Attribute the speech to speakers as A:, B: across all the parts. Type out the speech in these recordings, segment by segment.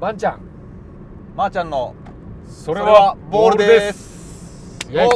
A: ワンちゃん
B: まー、ちゃんの
A: そ
B: れはボール
A: ですイェイ
B: お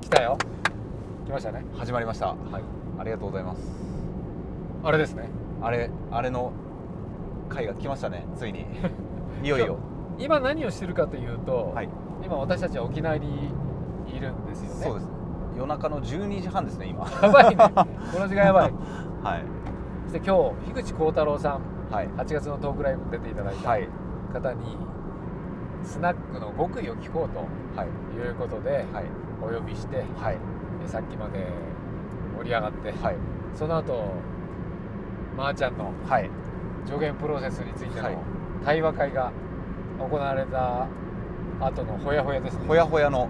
A: 来たよ来ましたね
B: 始まりました
A: はい
B: ありがとうございます
A: あれですね
B: あれあれの回が来ましたね ついにいよいよ
A: 今何をしてるかというと、
B: はい
A: 今私たちは沖縄にいるんですよね
B: そうです夜中の12時半ですね今は
A: やばいねこの時間やばい
B: い
A: そして今日樋口幸太郎さん
B: はい
A: 8月のトークライブに出ていただいた
B: い
A: 方に、スナックの極意を聞こうと
B: はい
A: いうことで
B: はい
A: お呼びして、
B: はい
A: えさっきまで盛り上がって
B: はい
A: その後まー、ちゃんの
B: はい
A: 助言プロセスについて
B: はい
A: の対話会が行われた後のほやほやですね
B: ほやほやの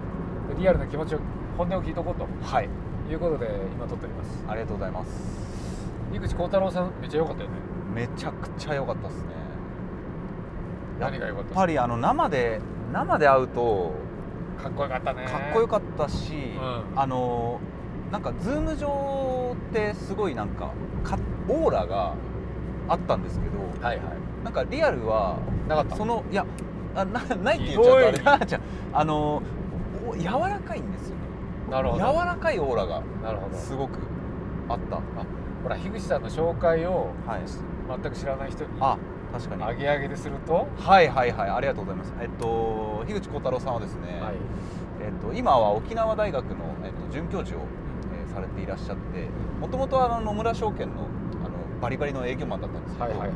A: リアルな気持ちを本音を聞いとこうと
B: はい
A: いうことで今撮っております
B: ありがとうございます
A: 井口幸太郎さんめっちゃ良かったよね
B: めちゃくちゃ良かったですねやっ
A: 何が良かった
B: ぱりあの生で生で会うと
A: かっこよかったね
B: かっこよ
A: か
B: かったし、
A: ん
B: あのなんかズーム上ってすごいなんかかオーラがあったんですけど
A: はいはい
B: なんかリアルは
A: なかった
B: そのいやあなないって言っちゃうとあれ
A: ひどい
B: な あちゃんあのお柔らかいんですよね
A: なるほ
B: 柔
A: ど
B: らかいオーラが
A: なるほど
B: すごくあった
A: ほら樋口さんの紹介を
B: はい
A: 全く知らない人に
B: あ確かに
A: あげあげですると
B: はいはいはいありがとうございますえっと樋口幸太郎さんはですね、
A: はい
B: えっと、今は沖縄大学の、えっと、准教授を、えーされていらっしゃってもともとはあの野村証券のあのバリバリの営業マンだったんですけど、
A: はいはい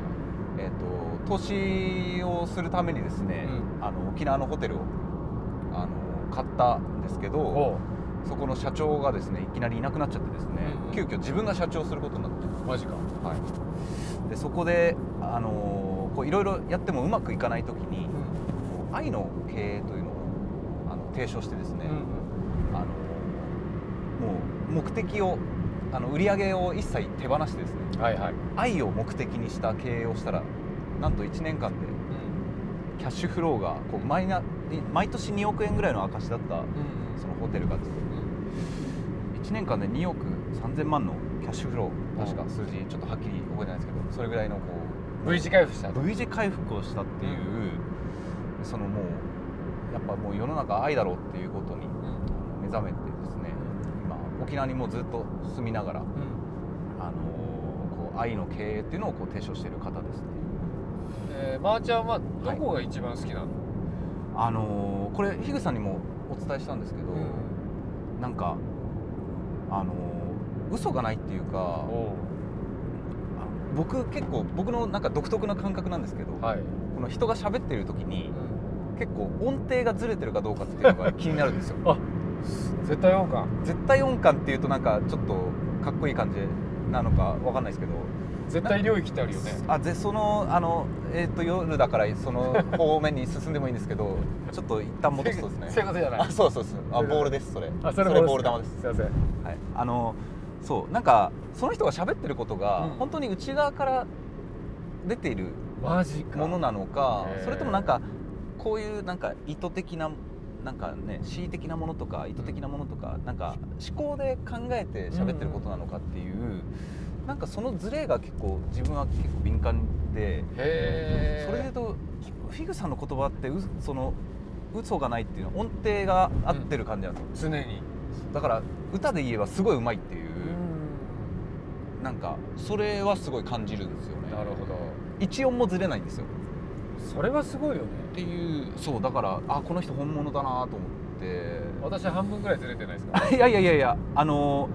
B: えっと、投資をするためにですね、あの沖縄のホテルをあの買ったんですけど
A: おう
B: そこの社長がですねいきなりいなくなっちゃってですね、
A: うんうん
B: 急遽自分が社長をすることになって、
A: マジか
B: はい、でそこであのこういろいろやってもうまくいかない時にこう愛の経営というのをあの提唱してですね、
A: うん
B: あのもう目的をあの売り上げを一切手放してですね
A: はいはい
B: 愛を目的にした経営をしたらなんと1年間でキャッシュフローがこうマイナ毎年2億円ぐらいの赤字だった
A: うん
B: そのホテルがですね1年間で2億3000万のキャッシュフロー確か数字ちょっとはっきり覚えてないですけどそれぐらいのこう
A: V 字回復したと
B: V 字回復をしたっていう、そのもうやっぱもう世の中愛だろうっていうことに目覚めてですね今沖縄にもうずっと住みながら、あのこう愛の経営っていうのをこう提唱している方ですね。
A: えーまーちゃんはどこが一番好きなの
B: あのこれ樋口さんにもお伝えしたんですけど、なんかあの嘘がないっていうか
A: お
B: あの僕結構僕のなんか独特な感覚なんですけど、
A: うはい
B: この人が喋ってる時に結構音程がずれてるかどうかっていうのが気になる んですよ
A: 絶対音感
B: 絶対音感っていうとなんかちょっとかっこいい感じなのかわかんないですけど
A: 絶対領域ってあるよね
B: あでそのあの、えー、と夜だからそ の方面に進んでもいいんですけどちょっと一旦戻すとで す
A: そうい
B: ね
A: うことじゃない
B: あそうそうそうあボールですそれ
A: あそれ
B: ボール球です
A: すいません
B: はい、あのそうなんかその人が喋ってることが、
A: うん
B: 本当に内側から出ている
A: マジか
B: ものなのか
A: へー
B: それともなんかこういうなんか意図的ななんかね恣意的なものとか意図的なものとか、なんか思考で考えて喋ってることなのかっていう、なんかそのズレが結構自分は結構敏感で、
A: へえ
B: それで言うとフィグさんの言葉ってうその嘘がないっていうのは音程が合ってる感じなんですよ、
A: 常に
B: だから歌で言えばすごいうまいっていう。なんかそれはすごい感じるんですよね
A: なるほど
B: 一音もずれないんですよ
A: それはすごいよね
B: っていうそうだからあこの人本物だなと思っ
A: 私半分ぐらいずれてないですか
B: て いやいやいやいやあのー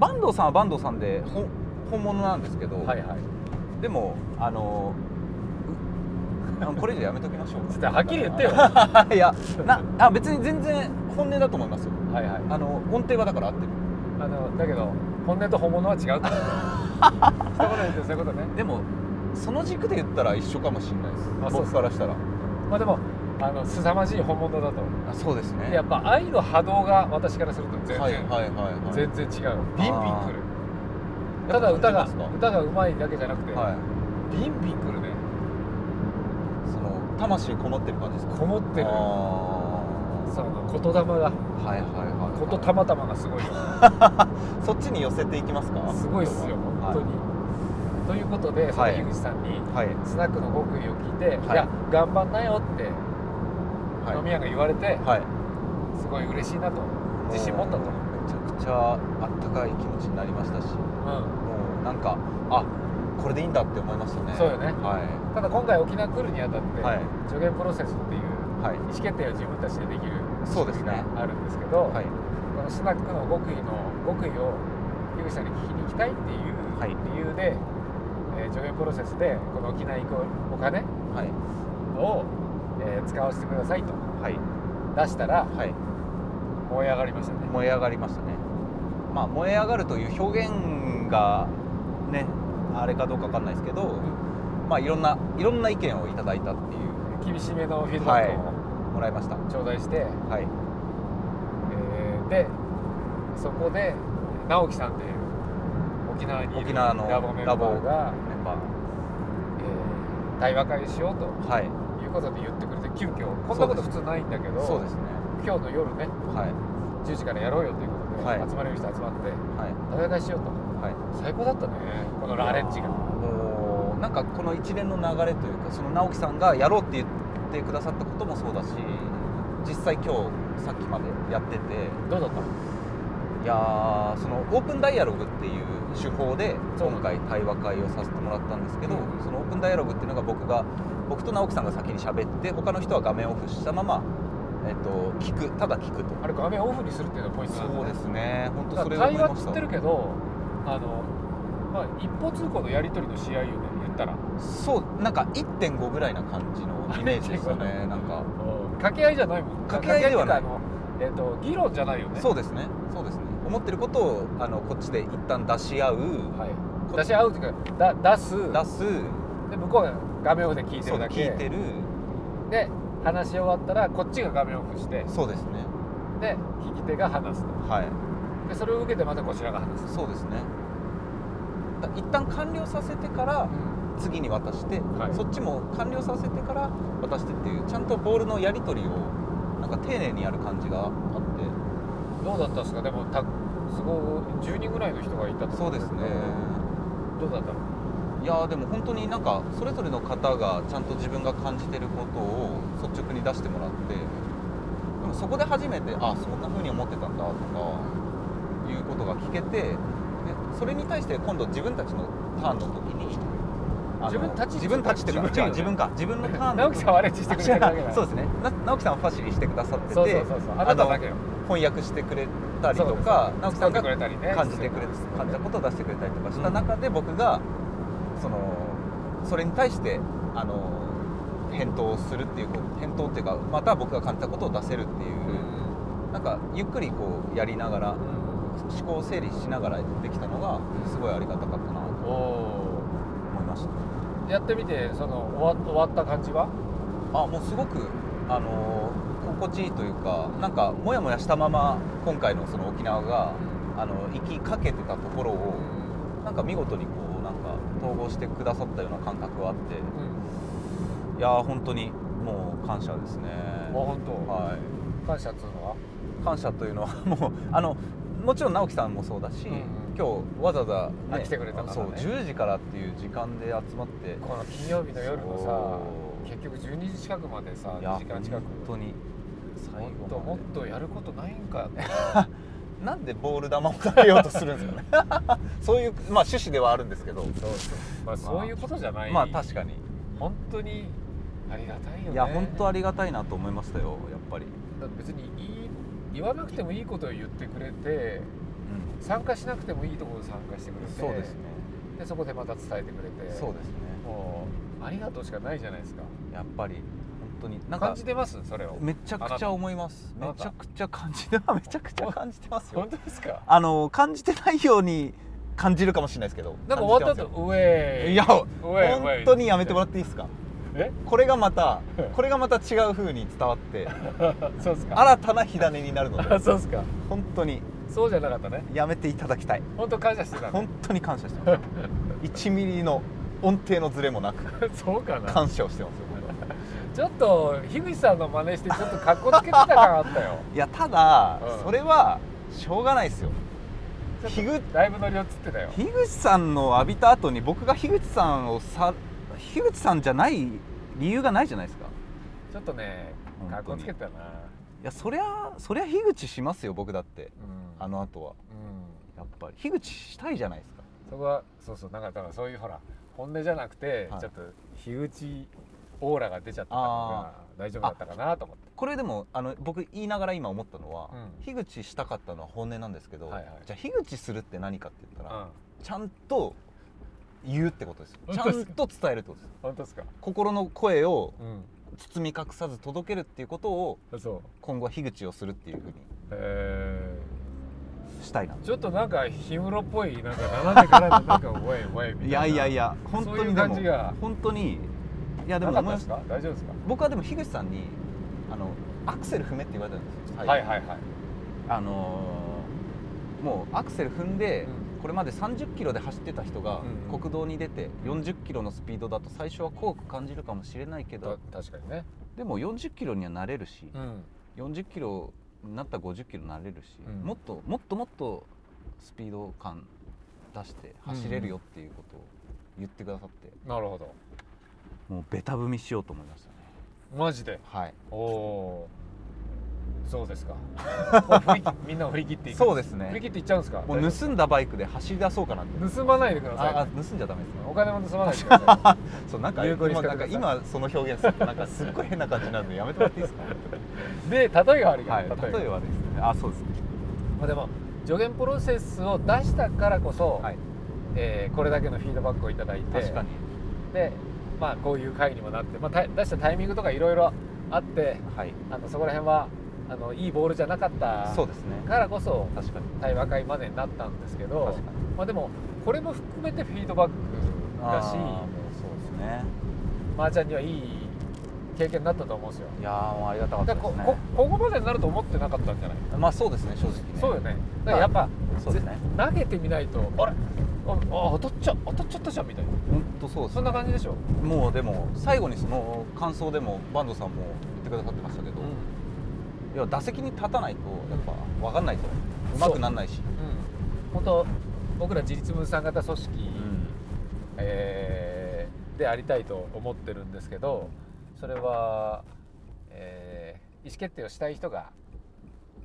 B: 坂東さんは坂東さんでほ本物なんですけど、
A: はいはい
B: でもあのーうあのこれ以上やめときま しょ
A: ちょっ
B: う
A: とはっきり言ってよは
B: かいやなあ別に全然本音だと思いますよ
A: いはい
B: あの音程はだから合ってる
A: あのだけど本音と本物は違うと一 言で言ってそういうことね
B: でもその軸で言ったら一緒かもしれないです
A: あそう
B: 僕からしたら
A: まあでもあの凄まじい本物だと
B: あそうですね
A: やっぱ愛の波動が私からすると全然、
B: はいはいはいはい
A: 全然違うビンビンくる
B: や
A: た
B: っぱ
A: だ歌が
B: 感じますか
A: 歌がうまいだけじゃなくて、
B: はい、
A: ビンビンくるね
B: その魂こもってる感じですか
A: こもってる
B: あー
A: その言霊が
B: はいはいはいはい
A: 言霊玉がすごいよ
B: そっちに寄せていきますか
A: すごいっすよ
B: は
A: 本当に、ということでその
B: はい
A: 樋口さんに
B: はい
A: スナックの極意を聞いて、
B: はい
A: い、や頑張んなよって
B: はい
A: 飲み屋が言われて、
B: はい
A: すごい嬉しいなと自信持ったと、
B: もうめちゃくちゃあったかい気持ちになりましたし
A: う
B: もうなんかあこれでいいんだって思いましたね
A: そうよね
B: は
A: ん、ただ今回沖縄来るにあたって、
B: いはい
A: 助言プロセスっていう
B: はい
A: 意思決定を自分たちでできる
B: そうです
A: 仕
B: ね
A: 組みがあるんですけど、
B: はい
A: このスナックの極意の極意を樋口さんに聞きに行きたいっていう
B: はい
A: 理由で、えー助言プロセスでこの沖縄行くお金
B: はい
A: を、えー使わせてくださいと
B: はい
A: 出したら
B: はい
A: 燃え上がりましたね。
B: 燃え上がりましたねまあ燃え上がるという表現がねあれかどうかわかんないですけど、まあいろんないろんな意見をいただいたっていう
A: 厳しめのフィードバック
B: もらいました
A: を頂戴して、
B: はい
A: えーでそこで直樹さんという沖縄にいる
B: 沖縄の
A: ラボメンバーが、
B: メンバ
A: えー対話会しようと
B: ーはい
A: いうことで言ってくれて急遽こんなこと普通ないんだけど
B: そうですね
A: 今日の夜ね
B: はい
A: 10時からやろうよということで、
B: はい
A: 集まれる人集まって
B: はい
A: 対話会しようと
B: はい
A: 最高だったねこのアレンジが
B: もうなんかこの一連の流れというかその直樹さんがやろうって言ってくださったこともそうだし実際今日さっきまでやってて
A: どうだった
B: いやーそのオープンダイアログっていう手法で
A: そう
B: 今回対話会をさせてもらったんですけど、
A: うん
B: そのオープンダイアログっていうのが僕が僕と直樹さんが先に喋って他の人は画面オフしたまま、えっと聞くただ聞くと
A: あれ画面オフにするっていうのがポイントなんだね
B: そうですね本当
A: だ
B: そ
A: か
B: れ
A: ら
B: を
A: 対
B: 思い
A: 話
B: ま
A: っ
B: し
A: つ
B: た
A: ってるけどあの、まあ、一方通行のやり取りの試合よね言ったら
B: そうなんか1.5ぐらいな感じのイメージでしたねなんか
A: 掛け合いじゃないもん
B: 掛け合いではない
A: 掛け合いっていうかあの、えっと議論じゃないよね
B: そうですねそうですね思ってることをあのこっちで一旦出し合う、
A: はい
B: こ
A: 出し合うっていうかだ出す
B: 出す
A: で向こうが画面オフで聞いて
B: そう
A: るだけ
B: 聞いてる
A: で話し終わったらこっちが画面オフして
B: そうですね
A: で聞き手が話すと
B: はい
A: でそれを受けてまたこちらが話す、
B: そうですねだ一旦完了させてから次に渡して、
A: はい
B: そっちも完了させてから渡してっていうちゃんとボールのやり取りをなんか丁寧にやる感じがあっ
A: どうだったんですかでもたすごい10人ぐらいの人がいた
B: て
A: と
B: そ
A: 思
B: うですね
A: どうだったの
B: いやーでも本当になんかそれぞれの方がちゃんと自分が感じてることを率直に出してもらってでもそこで初めてあそんな風に思ってたんだとかいうことが聞けてでそれに対して今度自分たちのターンの時にあの
A: 自分たち
B: 自分たちっていうか
A: 自分よね
B: 違う自分か自分のターンの
A: 直樹さんはアレンジしてくれてるだけだ
B: あそうですねな直樹さんはファシリしてくださってて
A: そうそうそうそうあなただけよ
B: 翻訳してくれたりと
A: そう
B: か
A: です
B: 直樹さん
A: 作
B: が
A: ってくれたりね
B: 感じてくれ感じたことを出してくれたりとかした中で僕がそのそれに対してあの返答をするっていうこう返答っていうかまた僕が感じたことを出せるっていうなんかゆっくりこうやりながら思考を整理しながらできたのがすごいありがたかったなと
A: おお
B: 思いました
A: ーやってみてその終わ終わった感じは
B: あもうすごくあの心地いいというかなんかモヤモヤしたまま今回のその沖縄があの行きかけてたところをなんか見事にこうなんか統合してくださったような感覚があっていやー本当にもう感謝ですね
A: あ本当、
B: は
A: 感謝っつうのはい
B: 感謝というのはもうあのもちろん直樹さんもそうだし、
A: うんうん
B: 今日わざわざ、
A: あ来てくれたからね
B: そう10時からっていう時間で集まって
A: この金曜日の夜の
B: そう
A: さ結局12時近くまでさ
B: いや
A: 2時間近く
B: 本当に最
A: もっと
B: 後ま
A: も
B: で
A: っとやることないんか って
B: なんでボール球を投げようとするんですかね そういう、まあ、趣旨ではあるんですけど
A: まあそういうことじゃない、
B: まあ確かに
A: 本当にありがたいよね
B: いや本当ありがたいなと思いましたよやっぱり、
A: だって別にいい言わなくてもいいことを言ってくれて参加しなくてもいいところに参加してくれて
B: そうですね
A: でそこでまた伝えてくれて
B: そうですね
A: もうありがとうしかないじゃないですか
B: やっぱり本当になん
A: 感
B: か
A: じてますそれを
B: めちゃくちゃ思います
A: あな
B: め
A: た
B: ちゃくちゃ感じて めちゃくちゃ感じてますよ
A: 本当ですか
B: あの感じてないように感じるかもしれないですけど
A: なんか終わった
B: 感じて
A: 後ウェ
B: ます
A: ー
B: よ
A: イ
B: いや
A: えいおえ
B: 本当にやめてもらっていいですか
A: え
B: これがまたこれがまた違う風に伝わって
A: そうですか
B: 新たな火種になるの で
A: あそうですか
B: 本当に
A: そうじゃなかったね
B: やめていただ きたい
A: 本当感謝してたの
B: 本当に感謝してます1ミリの音程のズレもなく
A: そうかな
B: 感謝をしてますよ僕は
A: ちょっと樋口さんの真似してちょっと格好つけてた感あったよ
B: いやただ、
A: うん
B: それはしょうがないですよ
A: ちょっとライブ乗りをつってたよ
B: 樋口さんの浴びた後に僕が樋口さんをさ樋口さんじゃない理由がないじゃないですか
A: ちょっとね
B: 本
A: 格
B: 当
A: 好
B: に
A: つけてたな、
B: いやそりゃそりゃ樋口しますよ僕だって
A: うん
B: あの後は
A: うん
B: やっぱり樋口したいじゃないですか
A: そこはそうそうなんかだからそういうほら本音じゃなくて、
B: はい
A: ちょっと樋口オーラが出ちゃったから
B: あ
A: 大丈夫だったかなと思って
B: これでもあの僕言いながら今思ったのは、
A: うん
B: 樋口したかったのは本音なんですけど、
A: はいはい
B: じゃあ樋口するって何かって言ったら、
A: うん
B: ちゃんと言うってことですちゃ
A: 本当です
B: ん
A: か
B: と伝えるってことです
A: 本当ですか
B: 心の声を
A: う
B: 包み隠さず届けるっていうことを
A: んそう
B: 今後は樋口をするっていうふうに
A: え
B: したいな
A: ー、ちょっとなんか氷室っぽいなんか斜めからのなんかおえおえみたいないい
B: やいやいや本
A: そ
B: 当
A: うい
B: に
A: う
B: で
A: 感
B: も
A: じが
B: 本当にいやで
A: な
B: も
A: かった
B: 思い
A: で
B: ます
A: すか大丈夫ですか、
B: 僕はでも樋口さんにあのアクセル踏めって言われたんですよ最後
A: はいはいはい、
B: あのーもうアクセル踏んで、
A: う
B: これまで30キロで走ってた人が
A: うんうん
B: 国道に出て40キロのスピードだと最初は怖く感じるかもしれないけど
A: た確かにね
B: でも40キロには慣れるし、
A: ん
B: 40キロになったら50キロになれるし、
A: うん
B: もっともっともっとスピード感出して走れるよっていうことを言ってくださって、
A: なるほど
B: もうベタ踏みしようと思いましたね
A: マジで
B: はい
A: おおーそう ですかもう振り切みんな振り切っていく
B: そうです
A: 振り
B: ね
A: 切っていっちゃうんですか
B: もう盗んだバイクで走り出そうかなって
A: 大丈夫ですか盗まないでください、
B: ああ盗んじゃダメですね
A: お金も盗まないでくださ
B: そうなんか
A: 有効に
B: 今
A: 使
B: な
A: っ
B: ん
A: て
B: か
A: くださ
B: 今その表現するとなんかすっごい変な感じなんでやめてもらっていいですか
A: いで例えが悪いから、
B: はい例えばですねあそうですね
A: まあ、でも助言プロセスを出したからこそ、
B: はい
A: えーこれだけのフィードバックをいただいて
B: 確かに
A: で、まあ、こういう回にもなって、まあ、た出したタイミングとかいろいろあって
B: はい
A: あのそこら辺はあのいいボールじゃなかった
B: そうですね
A: からこそ
B: 確かに
A: 対話会までになったんですけど
B: 確、かに
A: まあ、でもこれも含めてフィードバックだし
B: あーもうそうですね
A: まー、ちゃんにはいい経験になったと思うんですよ。
B: いやーもうありがたかっ
A: だ
B: た
A: か
B: で
A: らこ
B: すね
A: こここまでになると思ってなかったんじゃない、
B: まあそうですね正直ね
A: そうよねだからやっぱ、
B: そうですね
A: 投げてみないとあれああ当たっちゃ当たっちゃったじゃんみたいな
B: 本当そうです
A: そんな感じでしょ、
B: もうでも最後にその感想でも坂東さんも言ってくださってましたけど、いや打席に立たないとやっぱ分かんないとうまくなんないし、
A: うん、本当僕ら自立分散型組織、えーでありたいと思ってるんですけどそれは、えー意思決定をしたい人が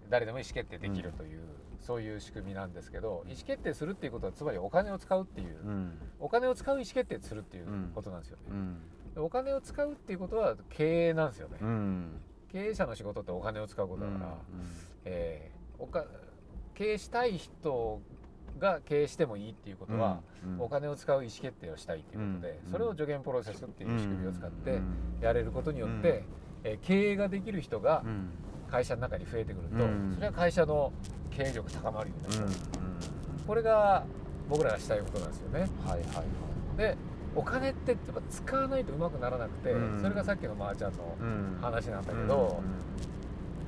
A: 誰でも意思決定できるという、そういう仕組みなんですけど意思決定するっていうことはつまりお金を使うっていう、
B: うん
A: お金を使う意思決定するっていうことなんですよね、
B: うん
A: でお金を使うっていうことは経営なんですよね、
B: うん
A: 経営者の仕事ってお金を使うことだから、えーおか経営したい人が経営してもいいっていうことは、お金を使う意思決定をしたいということで、
B: うん
A: それを助言プロセスっていう仕組みを使って
B: うん
A: やれることによって、
B: うん
A: えー経営ができる人が
B: うん
A: 会社の中に増えてくると、
B: うん
A: それは会社の経営力高まるよ
B: うん
A: ね、これが僕らがしたいことなんですよね。
B: はいはいはい
A: でお金ってやっぱ使わないとうまくならなくて、
B: うん
A: それがさっきのまーちゃんの
B: うん
A: 話なんだけど、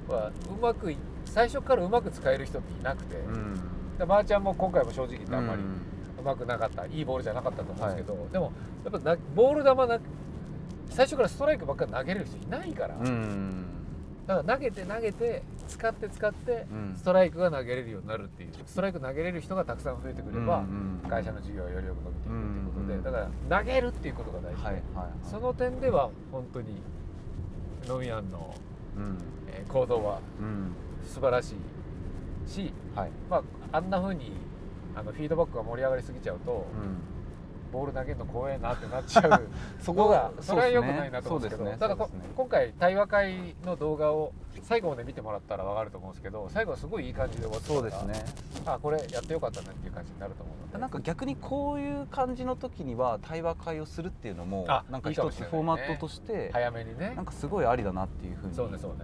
A: はうまくい最初からうまく使える人っていなくて、
B: うんうん
A: でまーちゃんも今回も正直言ってあんまり
B: うん
A: うまくなかった、いいボールじゃなかったと思うんですけど、でもやっぱなボール球な最初からストライクばっかり投げれる人いないから、
B: うん
A: だから投げて投げて使って使って
B: うん
A: ストライクが投げれるようになるっていうストライク投げれる人がたくさん増えてくれば、
B: うん
A: 会社の事業はよりよく伸びていくっていうことで、
B: うん
A: だから投げるっていうことが大事で、
B: はいはいはい
A: その点では本当にノミアンの、
B: うん
A: えー行動は
B: うん
A: 素晴らしいし、
B: はい
A: まあ、あんな風にあのフィードバックが盛り上がりすぎちゃうと、
B: うん
A: ボール投げるの怖えなってなっちゃ う
B: そ
A: の
B: こ
A: が
B: が
A: それは良くないなと思うんですけどただこ今回対話会の動画を最後まで見てもらったら分かると思うんですけど最後はすごいいい感じで終わって
B: そうですね
A: あこれやってよかったなっていう感じになると思うので
B: なんか逆にこういう感じの時には対話会をするっていうのも
A: あ
B: なんか
A: いいかも
B: 一
A: し
B: つ
A: れないね
B: フォーマットとして
A: 早めにね
B: なんかすごいありだなっていうふうに
A: そうねそうね、
B: あ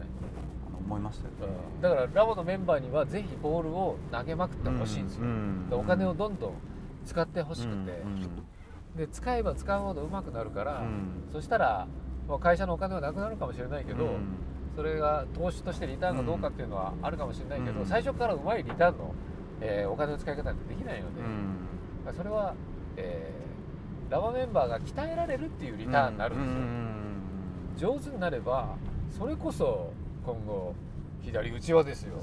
B: の思いましたよね
A: うんだからラボのメンバーにはぜひボールを投げまくってほしいんですよ、
B: うんうん
A: でお金をどんどん使ってほしくて、
B: うん
A: で使えば使うほど上手くなるから、
B: うん
A: そしたら、まあ、会社のお金はなくなるかもしれないけど、
B: うん
A: それが投資としてリターンがどうかっていうのはあるかもしれないけど、
B: うん
A: 最初からうまいリターンの、えーお金の使い方ってできないので、
B: うん
A: まあそれは、えーラバメンバーが鍛えられるっていうリターンになるんですよ、上手になればそれこそ今後左打ちはですよ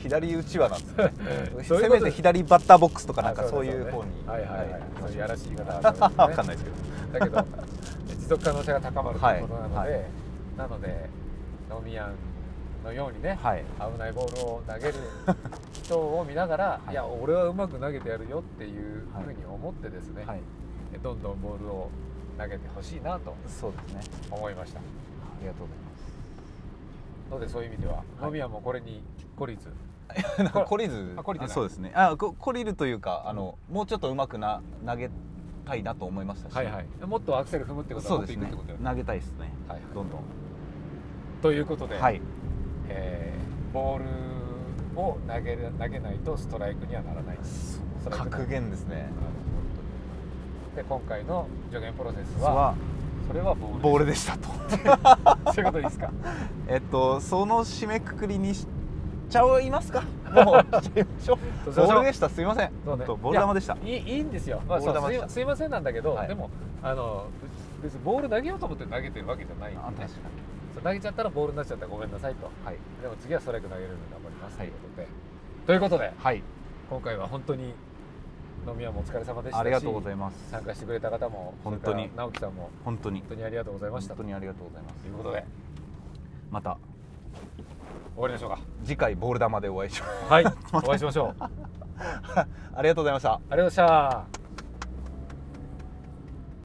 B: 左打ちはなんです ね
A: そういうこ
B: せ
A: と
B: めて左バッターボックスとか なんか
A: あ
B: そういう
A: ね
B: 方に
A: はいはいはい、そういうやらしい言い方
B: わ
A: は
B: かん
A: な
B: ないい
A: で
B: ですすけど
A: けどだけど持続可能性が高まるということなので、
B: はいは
A: なので飲み屋のようにね、
B: はい
A: 危ないボールを投げる人を見な がら、い、や俺はうまく投げてやるよっていうふうに思ってですね、
B: はい
A: どんどんボールを投げてほしいなと
B: そうですね
A: 思いました
B: ありがとうございます
A: のでそういう意味では、
B: はい
A: 飲み屋もこれに懲りず
B: なんか懲りず
A: あ懲りてない
B: そうですねあこ懲りるというかあのもうちょっとうまくな投げたいなと思いましたし、
A: はいはい、もっとアクセル踏むってことは
B: そう
A: もっ
B: で
A: とい
B: す
A: くっ
B: ね
A: てことよね
B: 投げたいですね
A: はいはい
B: どんどん
A: ということで、
B: はい
A: えーボールを投げる投げないとストライクにはならないストライク
B: 格言ですね
A: で今回の助言プロセスは
B: は
A: それはボール
B: ボールでしたと
A: そういうことでいいですか
B: えっとその締めくくりにしちゃいます かもうしちゃいましょう
A: そうしましょ
B: ボ
A: う
B: ールでしたすいません
A: そうね
B: 本当ボール球でした
A: いいいいんですよ、まあ、そう
B: ボー
A: すい
B: ル球でした
A: すいませんなんだけど、
B: はい
A: でもあの別別にボール投げようと思って投げてるわけじゃないんで
B: あ確かに
A: そう投げちゃったらボールになっちゃったらごめんなさいと
B: はい
A: でも次はストライク投げれるように頑張りますと
B: はい
A: いうことで、ということで
B: はい
A: 今回は本当に飲み屋もお疲れ様でしたし
B: ありがとうございます
A: 参加してくれた方も
B: 本当に
A: それから直樹さんも
B: 本当に
A: 本当にありがとうございま
B: 本
A: した
B: 当
A: と
B: にありがとうございま
A: い
B: す
A: うことで
B: また
A: 終わりましょうか
B: 次 回ボール球でお会いしましょう
A: はいお会いしましょうありがとう
B: ありがとうございました
A: ございました